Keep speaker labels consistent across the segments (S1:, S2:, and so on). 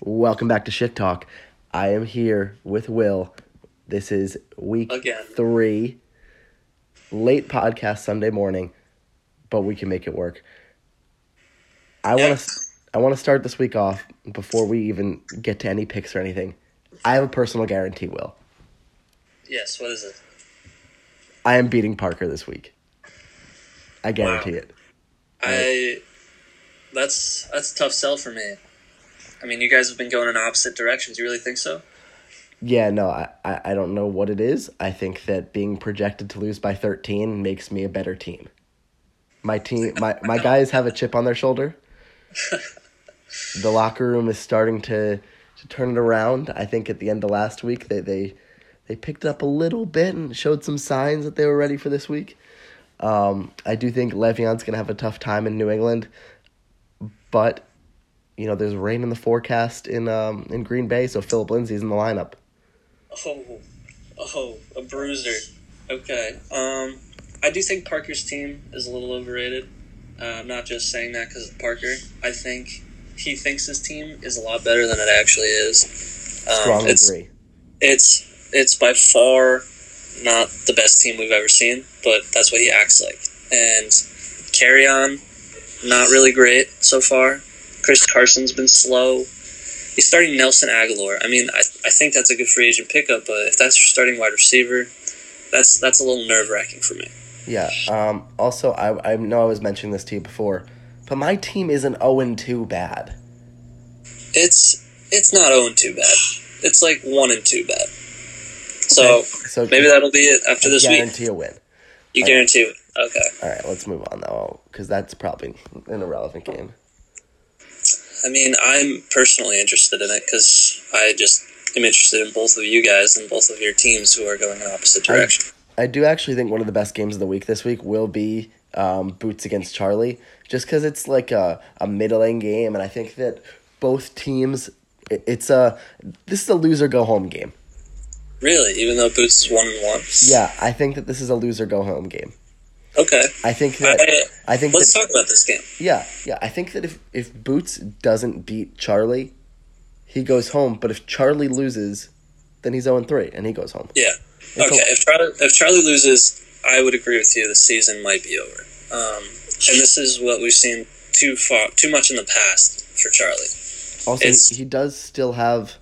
S1: Welcome back to Shit Talk. I am here with Will. This is week
S2: Again.
S1: three. Late podcast Sunday morning, but we can make it work. I want to. I want to start this week off before we even get to any picks or anything. I have a personal guarantee, Will.
S2: Yes, what is it?
S1: I am beating Parker this week. I guarantee it.
S2: I that's that's a tough sell for me. I mean, you guys have been going in opposite directions. You really think so?
S1: Yeah, no, I, I I don't know what it is. I think that being projected to lose by 13 makes me a better team. My team, my, my guys have a chip on their shoulder. the locker room is starting to, to turn it around. I think at the end of last week, they, they, they picked up a little bit and showed some signs that they were ready for this week. Um, I do think Le'Veon's going to have a tough time in New England, but you know there's rain in the forecast in um, in Green Bay, so Philip Lindsay's in the lineup.
S2: Oh, oh, a bruiser. Okay. Um, I do think Parker's team is a little overrated. Uh, I'm not just saying that because of Parker. I think he thinks his team is a lot better than it actually is. Um,
S1: Strong
S2: it's-
S1: agree.
S2: it's it's by far not the best team we've ever seen, but that's what he acts like. And carry on, not really great so far. Chris Carson's been slow. He's starting Nelson Aguilar. I mean, I, I think that's a good free agent pickup, but if that's your starting wide receiver, that's that's a little nerve wracking for me.
S1: Yeah. Um, also, I I know I was mentioning this to you before, but my team isn't zero and two bad.
S2: It's it's not zero and two bad. It's like one and two bad. So
S1: So
S2: maybe that'll be it after this week.
S1: guarantee a win.
S2: You guarantee it? Okay.
S1: All right, let's move on though, because that's probably an irrelevant game.
S2: I mean, I'm personally interested in it because I just am interested in both of you guys and both of your teams who are going in opposite direction.
S1: I do actually think one of the best games of the week this week will be um, Boots against Charlie, just because it's like a, a middling game, and I think that both teams, it, it's a this is a loser go home game.
S2: Really, even though Boots is one and one.
S1: Yeah, I think that this is a loser go home game.
S2: Okay.
S1: I think that I, think
S2: Let's
S1: that,
S2: talk about this game.
S1: yeah yeah I think that if if Boots doesn't beat Charlie, he goes home. But if Charlie loses, then he's zero and three, and he goes home.
S2: Yeah.
S1: It's
S2: Okay. If Charlie if Charlie loses, I would agree with you. The season might be over. Um, and this is what we've seen too far, too much in the past for Charlie.
S1: Also,
S2: It's-
S1: he, he does still have.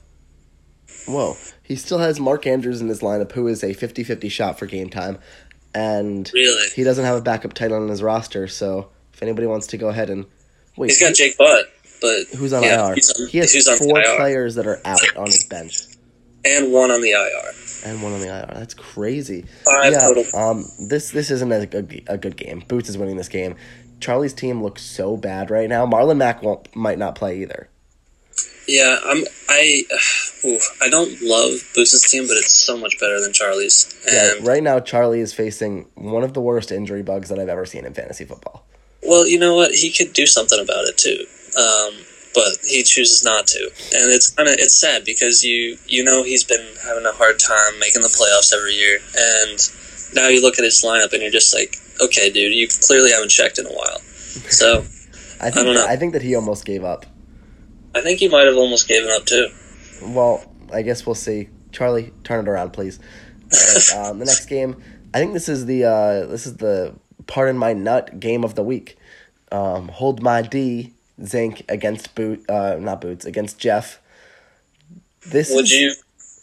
S1: Whoa. He still has Mark Andrews in his lineup, who is a 50 50 shot for game time. And
S2: Really,
S1: he doesn't have a backup tight end on his roster, so if anybody wants to go ahead and. Wait,
S2: he's got
S1: who-
S2: Jake Butt, but
S1: who's on
S2: yeah,
S1: IR?
S2: He's on,
S1: he has
S2: who's on the
S1: four
S2: IR
S1: players that are out on his bench
S2: and one on the IR.
S1: and one on the IR. That's crazy.
S2: Five
S1: yeah,
S2: total.
S1: um, this this isn't a good, a good game. Boots is winning this game. Charlie's team looks so bad right now. Marlon Mack won't, might not play either.
S2: Yeah, I'm. I, oof, I don't love Boots' team, but it's so much better than Charlie's.
S1: Yeah,
S2: And
S1: right now Charlie is facing one of the worst injury bugs that I've ever seen in fantasy football.
S2: well, you know what? He could do something about it too, um, but he chooses not to, and it's kind of it's sad because you you know he's been having a hard time making the playoffs every year, and now you look at his lineup and you're just like, okay, dude, you clearly haven't checked in a while. So
S1: I think
S2: don't know.
S1: I think that he almost gave up.
S2: I think he might have almost given up too.
S1: Well, I guess we'll see. Charlie, turn it around, please. And, um, the next game, I think this is the uh, this is the pardon my nut game of the week. Um, hold my D, Zinc against Boot, uh, not Boots against Jeff. This
S2: Would
S1: is,
S2: you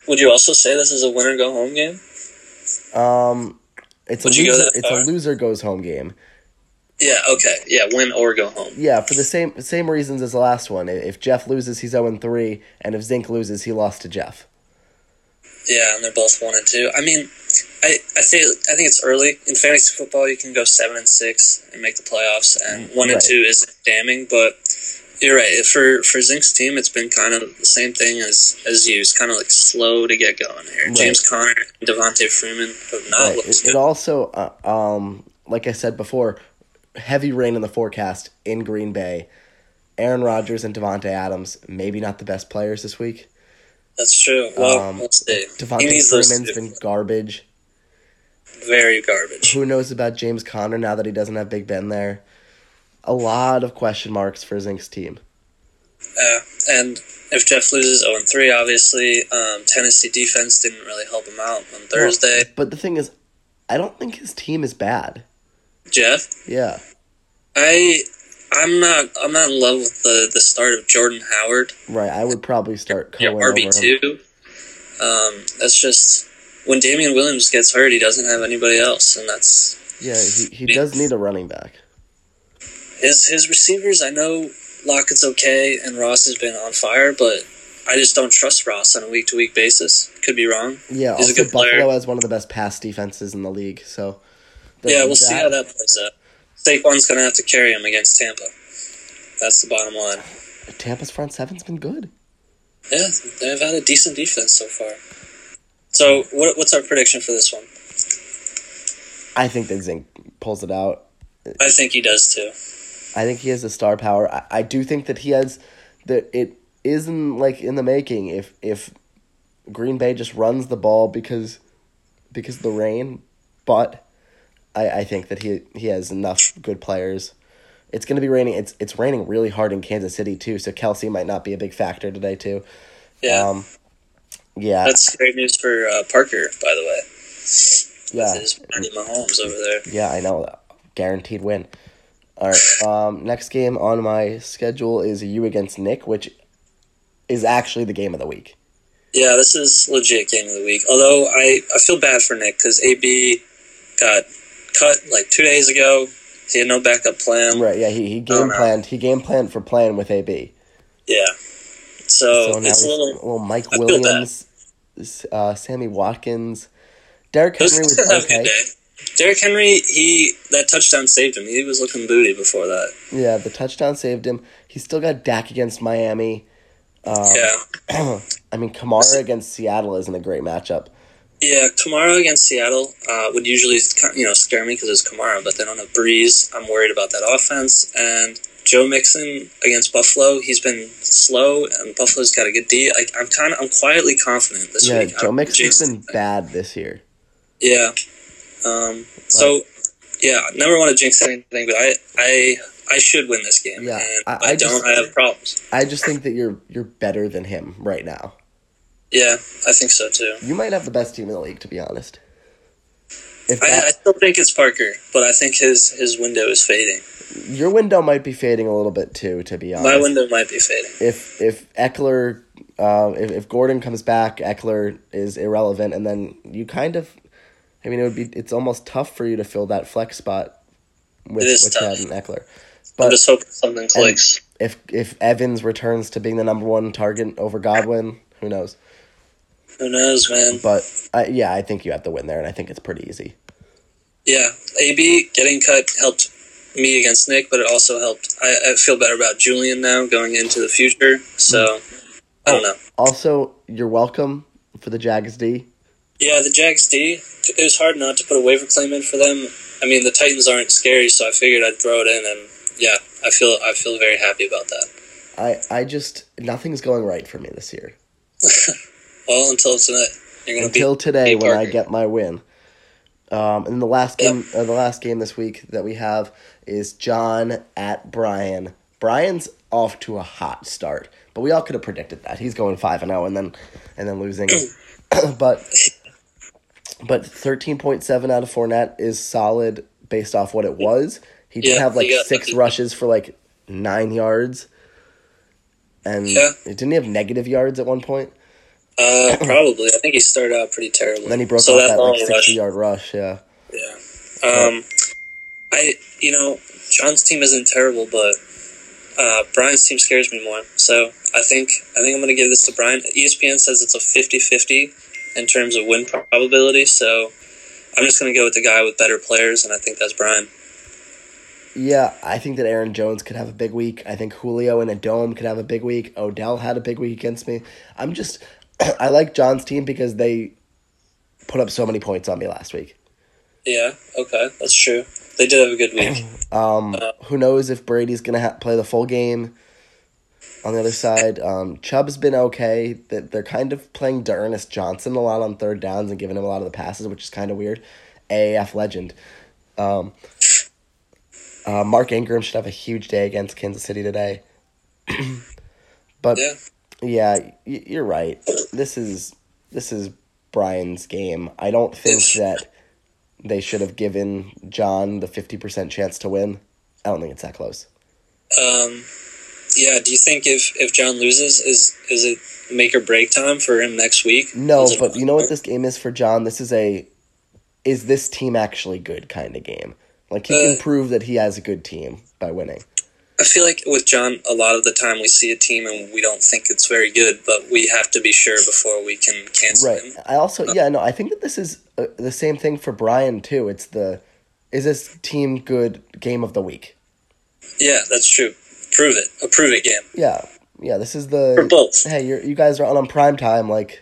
S2: would you also say this is a winner go home game?
S1: um, it's a
S2: Would you go
S1: loser,
S2: that
S1: it's a
S2: far?
S1: loser goes home game.
S2: Yeah. Okay. Yeah. Win or go home.
S1: Yeah, for the same same reasons as the last one. If Jeff loses, he's 0 3, and if Zinc loses, he lost to Jeff.
S2: Yeah, and they're both one and two. I mean, I I think I think it's early in fantasy football. You can go seven and six and make the playoffs, and one
S1: Mm, right.
S2: and two isn't damning. But you're right. For for Zinc's team, it's been kind of the same thing as as you. It's kind of like slow to get going here. James Conner, and Devontae Freeman have not
S1: Right.
S2: looked
S1: It, it
S2: good.
S1: also, uh, um, like I said before, heavy rain in the forecast in Green Bay. Aaron Rodgers and Devontae Adams, maybe not the best players this week.
S2: That's true. Well,
S1: um,
S2: we'll see.
S1: Devontae
S2: He needs those
S1: Freeman's
S2: two.
S1: been garbage.
S2: very garbage.
S1: Who knows about James Conner now that he doesn't have Big Ben there? A lot of question marks for Zinc's team.
S2: Uh, and if Jeff loses 0 3, obviously, um, Tennessee defense didn't really help him out on Thursday.
S1: But the thing is, I don't think his team is bad.
S2: Jeff,
S1: Yeah.
S2: I. I'm not. I'm not in love with the, the start of Jordan Howard.
S1: Right. I would probably start
S2: Yeah,
S1: Cohen over
S2: RB
S1: him.
S2: two. Um, that's just when Damian Williams gets hurt, he doesn't have anybody else, and that's
S1: Yeah, he, he does need a running back.
S2: His his receivers, I know Lockett's okay and Ross has been on fire, but I just don't trust Ross on a week to week basis. Could be wrong.
S1: Yeah,
S2: He's a
S1: also
S2: good player.
S1: Buffalo has one of the best pass defenses in the league, so that-
S2: yeah, we'll see how that plays out. Saquon's gonna have to carry him against Tampa. That's the bottom line.
S1: Tampa's front seven's been good.
S2: Yeah, they've had a decent defense so far. So what, what's our prediction for this one?
S1: I think that Zink pulls it out.
S2: I think he does too.
S1: I think he has the star power. I, I do think that he has that it isn't like in the making if if Green Bay just runs the ball because because of the rain, but I, I think that he he has enough good players. It's gonna be raining. It's it's raining really hard in Kansas City too, so Kelsey might not be a big factor today too.
S2: Yeah,
S1: Um yeah,
S2: that's great news for uh, Parker, by the way.
S1: yeah.
S2: With his Randy Mahomes over there.
S1: Yeah, I know. Guaranteed win. All right. Um, next game on my schedule is you against Nick, which is actually the game of the week.
S2: Yeah, this is legit game of the week. Although I, I feel bad for Nick because AB got cut like two days ago. He had no backup plan.
S1: Right. Yeah. He, he game
S2: Oh, no.
S1: planned. He game planned for playing with AB.
S2: Yeah. So,
S1: So now
S2: Oh,
S1: he's
S2: it's a little.
S1: well, Mike
S2: I feel bad.
S1: Williams, s- uh, Sammy Watkins, Derek
S2: Those
S1: Henry was
S2: guys have a good
S1: okay.
S2: day. Derrick Henry, he that touchdown saved him. He was looking booty before that.
S1: Yeah, the touchdown saved him. He still got Dak against Miami. Um,
S2: yeah,
S1: I mean, Kamara against Seattle isn't a great matchup.
S2: yeah. Kamara against Seattle uh, would usually you know scare me because it's Kamara, but they don't have Breeze. I'm worried about that offense. And Joe Mixon against Buffalo, he's been slow, and Buffalo's got a good D. I, I'm kind of I'm quietly confident this
S1: Yeah,
S2: week. I
S1: Joe
S2: don't-
S1: Mixon's
S2: Jason-
S1: been bad this year.
S2: Yeah. Um, so, yeah, never want to jinx anything, but I, I, I should win this game.
S1: Yeah,
S2: and
S1: I-
S2: I,
S1: I
S2: don't.
S1: just-
S2: I have problems.
S1: I just think that you're you're better than him right now.
S2: Yeah, I think so too.
S1: You might have the best team in the league, to be honest. If
S2: I, I
S1: that,
S2: still think it's Parker, but I think his his window is fading.
S1: your window might be fading a little bit too, to be honest.
S2: My window might be fading.
S1: if if Eckler, uh, if if Gordon comes back, Eckler is irrelevant, and then you kind of, I mean, it would be it's almost tough for you to fill that flex spot with
S2: It is
S1: with
S2: tough.
S1: Chad and Eckler.
S2: I'm
S1: But
S2: just hoping something clicks.
S1: if if Evans returns to being the number one target over Godwin, who knows?
S2: Who knows, man?
S1: But I, yeah, I think you have to win there, and I think it's pretty easy.
S2: Yeah, AB getting cut helped me against Nick, but it also helped. I, I feel better about Julian now going into the future. So
S1: Hmm.
S2: I don't know.
S1: Also, you're welcome for the Jags D.
S2: Yeah, the Jags D. It was hard not to put a waiver claim in for them. I mean, the Titans aren't scary, so I figured I'd throw it in, and yeah, I feel I feel very happy about that.
S1: I I just nothing's going right for me this year.
S2: Well, until tonight, you're gonna
S1: Until
S2: be
S1: today,
S2: beat
S1: when I
S2: Parker.
S1: get my win. Um, and the last game, uh, the last game this week that we have is John at Brian. Brian's off to a hot start, but we all could have predicted that he's going five and zero, and then and then losing. but but thirteen point seven out of Fournette is solid based off what it was. He did
S2: Yeah,
S1: have like
S2: he got
S1: six
S2: lucky.
S1: rushes for like nine yards, and
S2: Yeah.
S1: didn't he have negative yards at one point?
S2: uh, probably. I think he started out pretty terribly.
S1: And then he broke
S2: so
S1: off
S2: that,
S1: that
S2: long
S1: like
S2: rush.
S1: sixty yard rush. Yeah.
S2: Yeah. Um, I you know John's team isn't terrible, but uh, Brian's team scares me more. So I think I think I'm gonna give this to Brian. E ESPN says it's a 50-50 in terms of win probability. So I'm just gonna go with the guy with better players, and I think that's Brian.
S1: Yeah, I think that Aaron Jones could have a big week. I think Julio in a dome could have a big week. Odell had a big week against me. I'm just, I like John's team because they put up so many points on me last week.
S2: Yeah. Okay, that's true. They did have a good week.
S1: Um, who knows if Brady's gonna ha- play the full game? On the other side, um, Chubb's been okay. That they're kind of playing Dearness Johnson a lot on third downs and giving him a lot of the passes, which is kind of weird. AAF legend. Um, uh, Mark Ingram should have a huge day against Kansas City today. but
S2: Yeah.
S1: Yeah, y- you're right. This is this is Brian's game. I don't think that they should have given John the 50% chance to win. I don't think it's that close.
S2: Um, yeah. Do you think if if John loses, is is it make or break time for him next week?
S1: No,
S2: Is it-
S1: but you know what this game is for John? This is a is this team actually good kind of game. Like he can
S2: Uh,
S1: prove that he has a good team by winning.
S2: I feel like with John, a lot of the time we see a team and we don't think it's very good, but we have to be sure before we can cancel
S1: Right.
S2: him.
S1: I also yeah, no, I think that this is uh, the same thing for Brian too. It's the is this team good game of the week?
S2: Yeah, that's true. Prove it. A prove it game
S1: Yeah. Yeah, this is
S2: for
S1: the
S2: both.
S1: hey, you're, you guys are on on prime time. Like,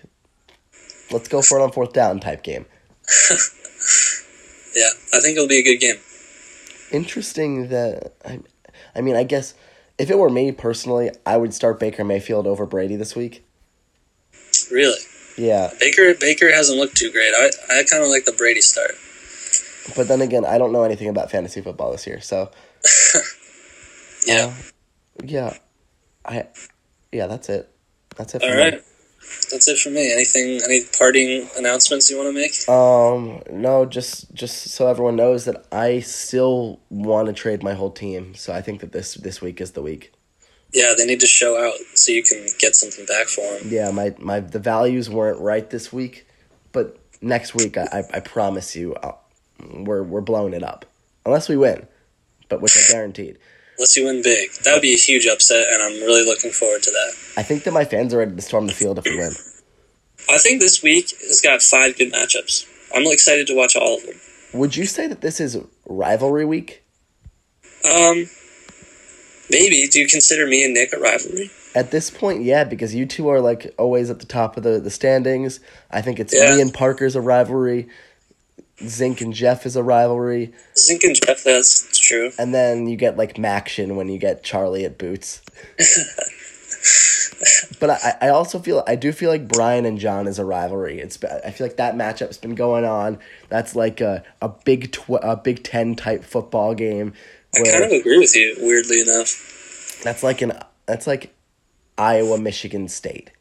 S1: let's go for it on fourth down type game.
S2: Yeah, I think it'll be a good game.
S1: Interesting that I, I mean, I guess if it were me personally, I would start Baker Mayfield over Brady this week.
S2: Really,
S1: Yeah,
S2: Baker Baker hasn't looked too great. I I kind of like the Brady start.
S1: but then again, I don't know anything about fantasy football this year, so
S2: Yeah.
S1: yeah, I, yeah, that's it. That's it. For
S2: All
S1: me.
S2: right. That's it for me. Anything? Any parting announcements you want to make?
S1: Um, no, just just so everyone knows that I still want to trade my whole team, so I think that this this week is the week.
S2: Yeah, they need to show out so you can get something back for them.
S1: Yeah, my, my the values weren't right this week, but next week I, I, I promise you, I'll, we're we're blowing it up unless we win, but which I guaranteed.
S2: Unless you win big, that would be a huge upset, and I'm really looking forward to that.
S1: I think that my fans are ready to storm the field if we win.
S2: I think this week has got five good matchups. I'm excited to watch all of them.
S1: Would you say that this is rivalry week?
S2: Um, maybe do you consider me and Nick a rivalry?
S1: At this point, yeah, because you two are like always at the top of the, the standings. I think it's
S2: Yeah.
S1: me and Parker's a rivalry. Zink and Jeff is a rivalry,
S2: Zink and Jeff, that's true.
S1: and then you get like Maction when you get Charlie at Boots. but I, I also feel I do feel like Brian and John is a rivalry. It's been- I feel like that matchup's been going on. That's like a a big tw- a Big Ten type football game
S2: I
S1: where
S2: kind of agree with you, weirdly enough.
S1: that's like an that's like Iowa Michigan State.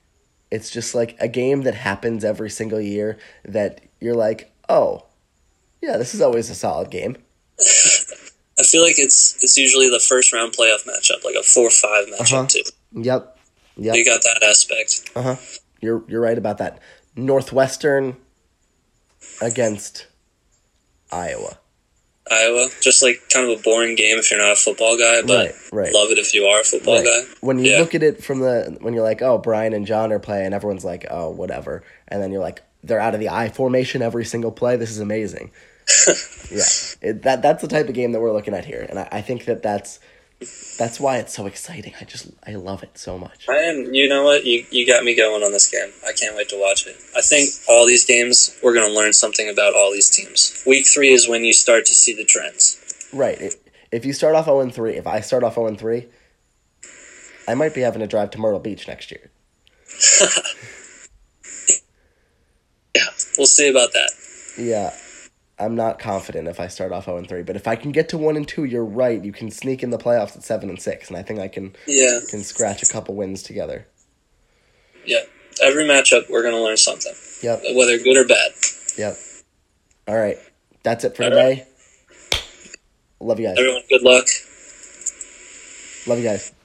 S1: It's just like a game that happens every single year that you're like, oh, yeah, this is always a solid game.
S2: I feel like it's it's usually the first round playoff matchup, like a four five matchup
S1: Uh-huh.
S2: too.
S1: Yep, yep.
S2: You got that aspect.
S1: Uh huh. You're you're right about that. Northwestern against Iowa.
S2: Iowa, just like kind of a boring game if you're not a football guy, but
S1: Right, right.
S2: love it if you are a football
S1: Right.
S2: guy.
S1: When you
S2: Yeah.
S1: look at it from the when you're like, oh, Brian and John are playing, everyone's like, oh, whatever, and then you're like, they're out of the I formation every single play. This is amazing. yeah, it, that that's the type of game that we're looking at here, and I, I think that that's that's why it's so exciting. I just I love it so much.
S2: I am. You know what? You you got me going on this game. I can't wait to watch it. I think all these games, we're gonna learn something about all these teams. Week three is when you start to see the trends.
S1: Right. If if you start off zero and three, if I start off zero and three, I might be having to drive to Myrtle Beach next year.
S2: We'll see about that.
S1: Yeah. I'm not confident if I start off 0 and 3, but if I can get to 1 and 2, you're right. You can sneak in the playoffs at 7 and 6, and I think I can
S2: Yeah,
S1: can scratch a couple wins together.
S2: yeah. Every matchup, we're gonna learn something,
S1: Yep,
S2: whether good or bad.
S1: yep. All right. That's it for
S2: All
S1: today. Love you guys.
S2: Everyone, good luck.
S1: Love you guys.